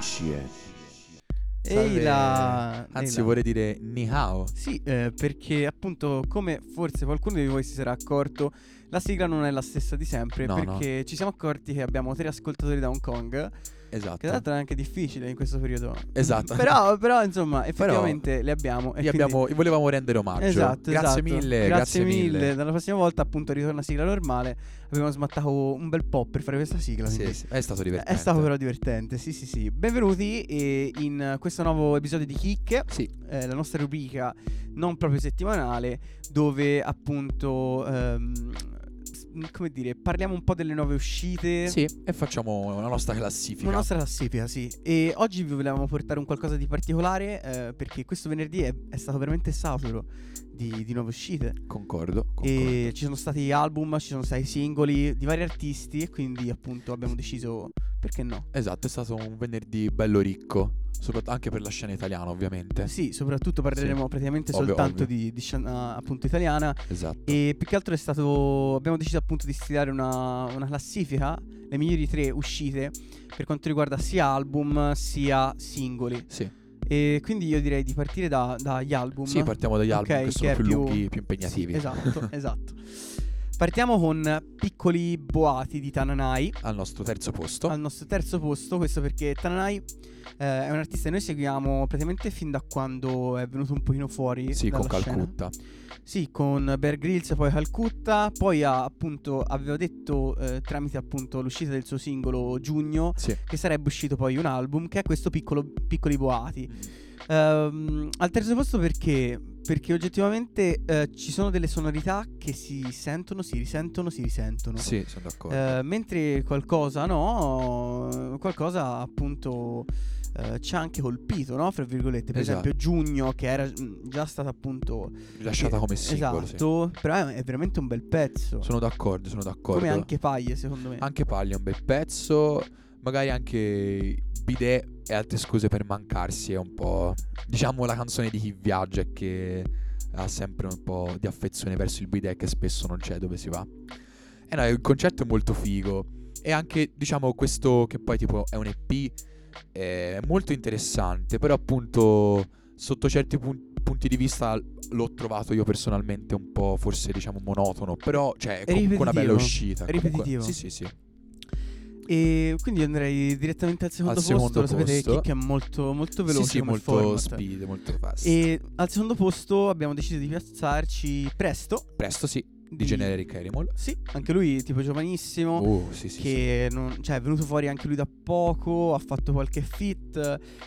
Cie. Salve. Ehi là! Anzi, ehi là. vorrei dire ni hao. Sì, eh, perché appunto, come forse qualcuno di voi si sarà accorto, la sigla non è la stessa di sempre, No, no. perché ci siamo accorti che abbiamo tre ascoltatori da Hong Kong, che tra Esatto. l'altro è anche difficile in questo periodo. Esatto. Però, però, insomma, effettivamente le abbiamo. e Li quindi- abbiamo- volevamo rendere omaggio. Esatto, grazie esatto. mille, grazie, grazie mille. Dalla prossima volta, appunto, ritorna la sigla normale. Abbiamo smattato un bel po' per fare questa sigla. Sì, quindi- sì, è stato divertente. Eh, È stato però divertente, sì sì sì. Benvenuti eh, in eh, questo nuovo episodio di Kick, Sì. eh, la nostra rubrica non proprio settimanale dove appunto, ehm, s- come dire, parliamo un po' delle nuove uscite. Sì, e facciamo la nostra classifica. Una nostra classifica, sì. E oggi vi volevamo portare un qualcosa di particolare eh, perché questo venerdì è, è stato veramente saturo di, di nuove uscite. Concordo. concordo. E ci sono stati album, ci sono stati singoli di vari artisti e quindi appunto abbiamo deciso perché no. Esatto, è stato un venerdì bello ricco. Soprattutto anche per la scena italiana, ovviamente. Sì, soprattutto parleremo praticamente Ovvio, soltanto ovvio. di, di scena appunto italiana Esatto. e più che altro è stato abbiamo deciso appunto di stilare una, una classifica, le migliori tre uscite per quanto riguarda sia album sia singoli Sì. e quindi io direi di partire da- dagli album. Sì, partiamo dagli album Ok, che sono che è più, più- lunghi, più Sì, impegnativi. esatto, esatto. Partiamo con Piccoli Boati di Tananai Al nostro terzo posto. al nostro terzo posto, questo perché Tananai eh, è un artista che noi seguiamo praticamente fin da quando è venuto un pochino fuori Sì, con dalla scena. Calcutta. Sì, con Bear Grylls, poi Calcutta, poi ha, appunto aveva detto eh, tramite appunto l'uscita del suo singolo Giugno Sì. che sarebbe uscito poi un album che è questo piccolo, Piccoli Boati. Ehm, al terzo posto perché? Perché oggettivamente eh, ci sono delle sonorità che si sentono, si risentono, si risentono. Sì, sono d'accordo. Eh, mentre qualcosa no, qualcosa appunto eh, ci ha anche colpito, no? Fra virgolette, per Esatto. esempio Giugno che era mm, già stata appunto... Lasciata come singolo. sì. Esatto, però è è veramente un bel pezzo. Sono d'accordo, sono d'accordo. Ah. Come anche Paglie secondo me. Anche Paglia è un bel pezzo, magari anche Bidet e altre scuse per mancarsi è un po', diciamo, la canzone di chi viaggia e che ha sempre un po' di affezione verso il bidet che spesso non c'è dove si va. E no, il concetto è molto figo e anche, diciamo, questo che poi tipo è un EP è molto interessante, però appunto sotto certi pun- punti di vista l'ho trovato io personalmente un po' forse diciamo monotono, però cioè è comunque una bella Ripetitivo. uscita. comunque- Ripetitivo. Sì, sì, sì. E quindi io andrei direttamente al secondo Al posto. secondo Lo sapete posto. che è molto, molto veloce. sì, sì, come molto format. speed, molto fast. E al secondo posto abbiamo deciso di piazzarci presto. Presto sì, Di, di Generic Animal. Sì, anche lui tipo giovanissimo. Oh, sì, sì, sì. che non- cioè, è venuto fuori anche lui da poco, ha fatto qualche fit,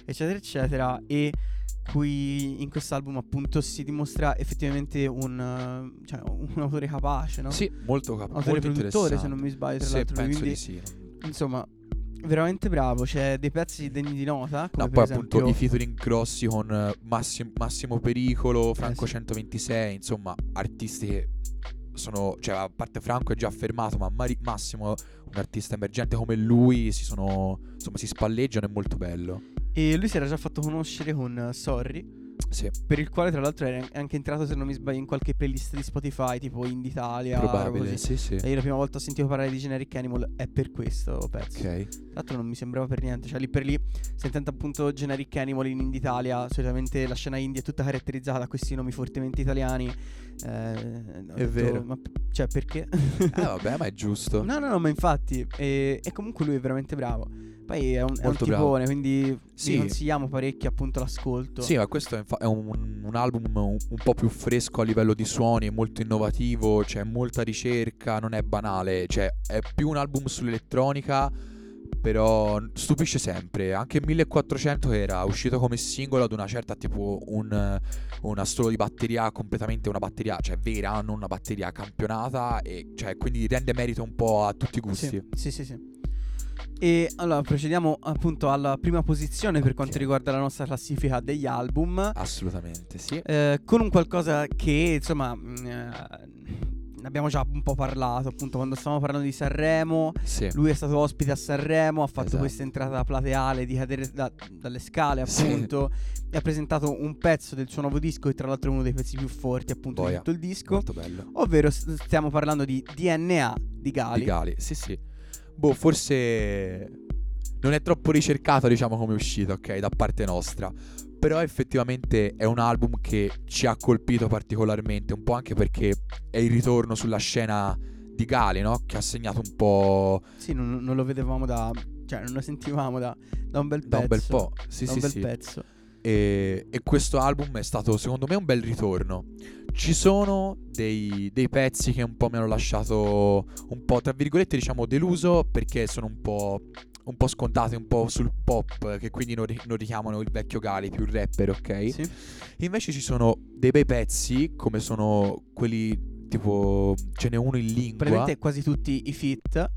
eccetera, eccetera. E qui in quest'album appunto si dimostra effettivamente un, eh, cioè, un autore capace, no? Sì, molto cap- autore molto produttore, se interessante. non mi sbaglio, tra Sì, l'altro. penso Quindi, di sì. insomma, veramente bravo. C'è dei pezzi degni di nota. Come No, per poi esempio... appunto i featuring grossi con eh, Massim- Massimo Pericolo, Franco Eh, sì. 126, insomma, artisti che sono, cioè a parte Franco è già affermato, ma Mari- Massimo, un artista emergente come lui, si sono, insomma, si spalleggiano, è molto bello. E lui si era già fatto conoscere con eh, Sorry, Sì, per il quale tra l'altro era an- anche entrato, se non mi sbaglio, in qualche playlist di Spotify, tipo in Italia. probabile, sì, Così. sì. E io la prima volta ho sentito parlare di Generic Animal è per questo pezzo. Ok. Eh, Tra l'altro non mi sembrava per niente, cioè lì per lì, sentendo appunto Generic Animal in Indie Italia, solitamente la scena indie è tutta caratterizzata da questi nomi fortemente italiani. eh, ho È vero. Ma p- cioè perché? Eh vabbè, ma è giusto. No, no, no, ma infatti, e, e comunque lui è veramente bravo. Poi è un, è un Molto bravo. tipone, quindi Sì. vi consigliamo parecchio appunto l'ascolto. Sì, ma questo è, infa- è un, un album un, un po' più fresco a livello di suoni, è molto innovativo, c'è molta ricerca, non è banale, cioè è più un album sull'elettronica, però stupisce sempre. Anche 1400 che era uscito come singolo ad una certa tipo un, una solo di batteria, completamente una batteria, cioè vera, non una batteria campionata, e cioè, quindi rende merito un po' a tutti i gusti. Sì, sì, sì. sì. E allora procediamo appunto alla prima posizione per quanto Ok. riguarda la nostra classifica degli album. Assolutamente, sì. Eh, con un qualcosa che insomma mh, eh, ne abbiamo già un po' parlato appunto quando stavamo parlando di Sanremo Sì. lui è stato ospite a Sanremo ha fatto Esatto. questa entrata plateale di cadere da- dalle scale Sì. appunto e ha presentato un pezzo del suo nuovo disco che tra l'altro è uno dei pezzi più forti appunto di Boia. tutto il disco Molto bello. ovvero s- stiamo parlando di DNA di Gali di Gali, sì sì. Boh, forse non è troppo ricercato, diciamo, come uscita, ok, da parte nostra. Però effettivamente è un album che ci ha colpito particolarmente, un po' anche perché è il ritorno sulla scena di Gale, no? Che ha segnato un po' Sì, non, non lo vedevamo da. cioè, non lo sentivamo da, da un bel pezzo. da un bel po'. Sì, da sì, un bel sì. pezzo. e, e questo album è stato secondo me un bel ritorno. Ci sono dei, dei pezzi che un po' mi hanno lasciato un po' tra virgolette diciamo deluso perché sono un po', un po' scontati, un po' sul pop, che quindi non, ri- non richiamano il vecchio Gali più il rapper, ok? Sì. Invece ci sono dei bei pezzi come sono quelli tipo ce n'è uno in lingua. Praticamente quasi tutti i fit.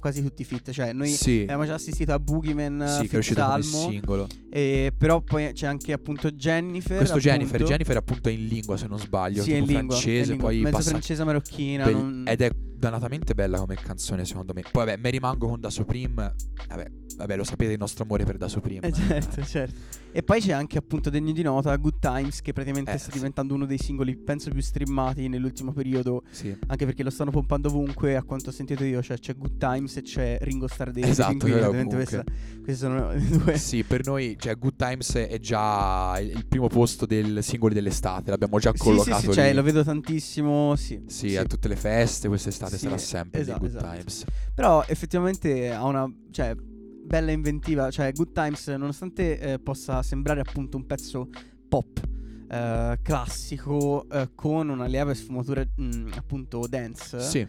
Quasi tutti i fit. Cioè, noi Sì, abbiamo già assistito a Boogeyman, sì, che è Fit uscito come Salmo, singolo. e- però poi c'è anche appunto Jennifer. Questo appunto, Jennifer, Jennifer appunto è in lingua se non sbaglio, Sì, è tipo in lingua, è in francese, lingua, poi mezzo passa francese marocchina. Bel- non- Ed è dannatamente bella come canzone, secondo me. Poi, vabbè, me rimango con Da Supreme. Vabbè, vabbè, lo sapete il nostro amore per Da Supreme. Eh, certo, certo. E poi c'è anche appunto degno di nota Good Times che praticamente Eh, sta sì. diventando uno dei singoli penso più streamati nell'ultimo periodo, Sì. anche perché lo stanno pompando ovunque, a quanto ho sentito io, cioè c'è Good Times e c'è Ringo Starr dei Esatto, Pinguini, vero, ovviamente comunque. questa- queste sono le due. Sì, per noi, cioè, Good Times è già il il primo posto del singolo dell'estate. L'abbiamo già Sì, collocato sì, sì, lì. cioè, lo vedo tantissimo, sì. Sì, a tutte le feste, quest'estate Sì, sarà sempre di esatto, Good esatto. Times. Però effettivamente ha una cioè, bella inventiva. Cioè, Good Times, nonostante eh, possa sembrare appunto un pezzo pop. eh, classico eh, con una lieve sfumatura mh, appunto dance Sì,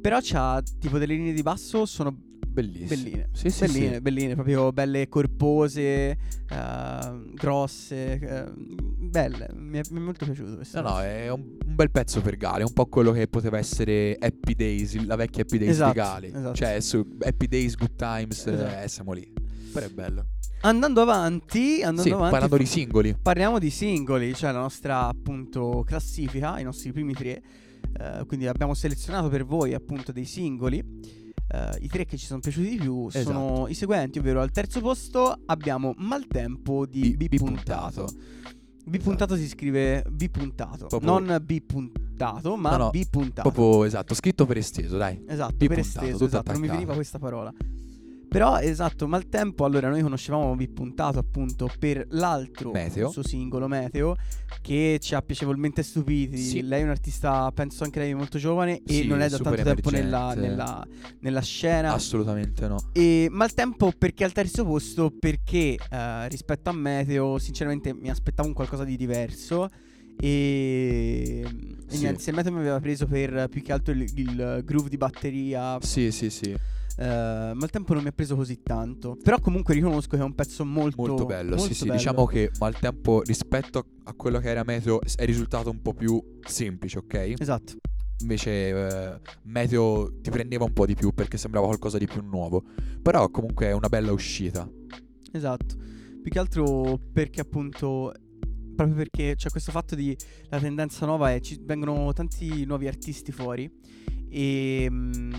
però c'ha tipo delle linee di basso sono bellissimo. belline Sì, sì, belline sì. belline proprio belle corpose eh, grosse eh, belle mi è, mi è molto piaciuto questo No, no, è un, un bel pezzo per Gale, un po' quello che poteva essere Happy Days, il- la vecchia Happy Days Esatto, di Gale. esatto. Cioè, su Happy Days, Good Times, eh, Esatto. siamo lì. Però è bello. andando avanti andando Sì, avanti parlando di singoli. Parliamo di singoli, cioè la nostra appunto classifica, i nostri primi tre. eh, quindi abbiamo selezionato per voi appunto dei singoli. Eh, I tre che ci sono piaciuti di più sono Esatto. i seguenti, ovvero al terzo posto abbiamo Maltempo di Bi- B puntato. B puntato si scrive B puntato, Proprio- non B puntato, ma No, no, B puntato. Proprio esatto, scritto per esteso, dai. Esatto, B per puntato, esteso, tutto esatto, non mi attaccato. veniva questa parola. Però esatto, Maltempo, allora noi conoscevamo B puntato appunto per l'altro Meteo. suo singolo Meteo che ci ha piacevolmente stupiti. Sì. Lei è un'artista, penso anche lei molto giovane e Sì, non è da super tanto tempo nella, emergente. nella- nella scena. Assolutamente no. e Maltempo perché al terzo posto? Perché eh, rispetto a Meteo sinceramente mi aspettavo un qualcosa di diverso. E, e Sì. niente, se Meteo mi aveva preso per più che altro il- il groove di batteria, Sì, sì, sì. eh, Maltempo non mi ha preso così tanto. Però comunque riconosco che è un pezzo molto, Molto bello. molto sì, sì. bello. Diciamo che Maltempo rispetto a quello che era Meteo è risultato un po' più semplice, ok? Esatto. Invece eh, Meteo ti prendeva un po' di più perché sembrava qualcosa di più nuovo. Però comunque è una bella uscita. Esatto. Più che altro perché appunto proprio perché c'è questo fatto di la tendenza nuova è ci vengono tanti nuovi artisti fuori e, mm,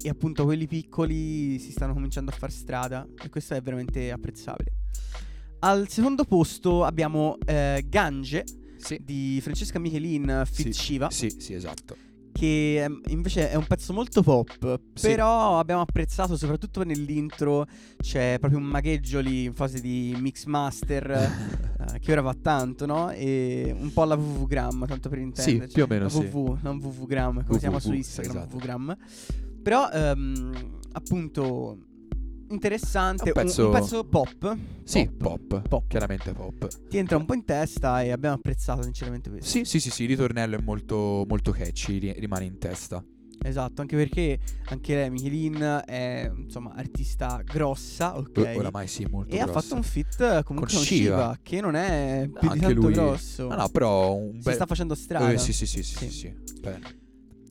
e appunto quelli piccoli si stanno cominciando a far strada e questo è veramente apprezzabile. Al secondo posto abbiamo eh, Gange Sì. di Francesca Michelin Fit Sì. Shiva. Sì, sì, esatto. che ehm, invece è un pezzo molto pop, Sì. però abbiamo apprezzato soprattutto nell'intro c'è proprio un magheggio lì in fase di mix master eh, che ora va tanto, no? E un po' alla WW Gram, tanto per sì, intenderci. più o meno cioè, La sì. WW, non WW Gram, come si chiama su WW, Instagram, esatto. WW Gram. Però ehm, appunto interessante, È un un un pezzo, pezzo- pop. Sì, pop. pop. Pop. Chiaramente pop. Ti entra un po' in testa e abbiamo apprezzato sinceramente questo. Sì, sì, sì, sì, il ritornello è molto, molto catchy, ri- rimane in testa. Esatto, anche perché anche lei, Michelin, è insomma artista grossa, ok? Eh, Oramai sì, molto e ha grossa. fatto un fit eh, comunque con Con Shiva, Shiva. che non è più di Anche tanto lui. grosso. No, no, però un si bel... sta facendo strada. Eh, sì, sì, sì, sì, Sì. sì, sì. Bene.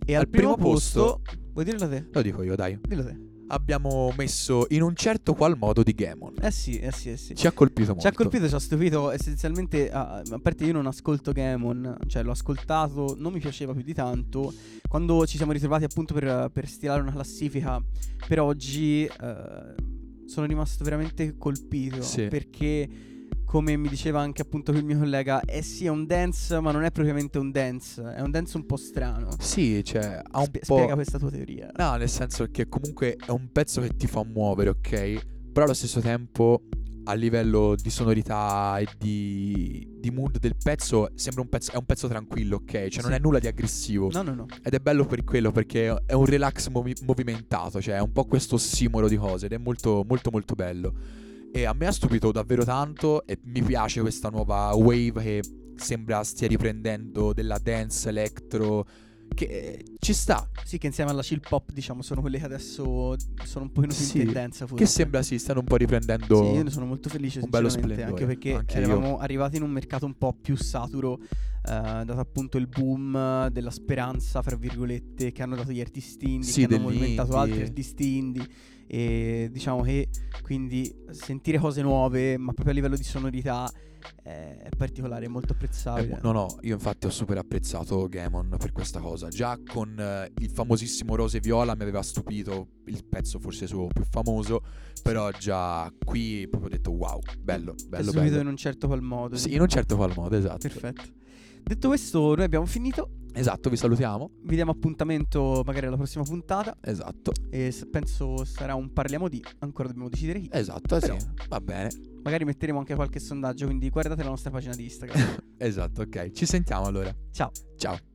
E al, Al primo, primo posto, vuoi dirlo te? Lo dico io, dai. Dillo te. Abbiamo messo in un certo qual modo di Gamon. Eh sì, eh sì, eh sì. Ci ha colpito molto. Ci ha colpito, ci ha stupito essenzialmente, ah, a parte io non ascolto Gamon, cioè l'ho ascoltato, non mi piaceva più di tanto. Quando ci siamo ritrovati appunto per, per stilare una classifica per oggi, eh, sono rimasto veramente colpito Sì. perché come mi diceva anche appunto il mio collega, eh sì è un dance ma non è propriamente un dance, è un dance un po' strano. Sì, cioè, ha un Spie- po'... Spiega questa tua teoria. No, nel senso che comunque è un pezzo che ti fa muovere, ok? Però allo stesso tempo a livello di sonorità e di, di mood del pezzo sembra un pezzo, è un pezzo tranquillo, ok? Cioè non Sì. è nulla di aggressivo. No, no, no. Ed è bello per quello perché è un relax movi- movimentato, cioè è un po' questo simolo di cose ed è molto molto molto bello. E a me ha stupito davvero tanto e mi piace questa nuova wave che sembra stia riprendendo della dance electro che eh, ci sta, Sì, che insieme alla chill pop, diciamo, sono quelle che adesso sono un po' più Sì, in tendenza. Forse. che sembra sì, stanno un po' riprendendo Sì, io ne sono molto felice un bello sinceramente, anche splendore, perché anche io. eravamo arrivati in un mercato un po' più saturo, eh, dato appunto il boom eh, della speranza, fra virgolette, che hanno dato gli artisti indie, Sì, che hanno degli movimentato indie. altri artisti indie e diciamo che quindi sentire cose nuove, ma proprio a livello di sonorità eh, è particolare, è molto Eh, apprezzabile. No, no, io infatti ho super apprezzato Gamon per questa cosa. Già con eh, il famosissimo Rose e Viola mi aveva stupito il pezzo forse suo più famoso, però già qui proprio ho detto wow, bello, è bello, subito bello. in un certo qual modo. Sì, sì. in un certo qual modo, esatto. Perfetto. Detto questo, noi abbiamo finito. Esatto, vi salutiamo. Vi diamo appuntamento magari alla prossima puntata. Esatto, E s- penso sarà un parliamo di. Ancora dobbiamo decidere chi. esatto, Però- sì. Va bene. Magari metteremo anche qualche sondaggio. Quindi guardate la nostra pagina di Instagram. Esatto, ok. Ci sentiamo allora. Ciao. Ciao.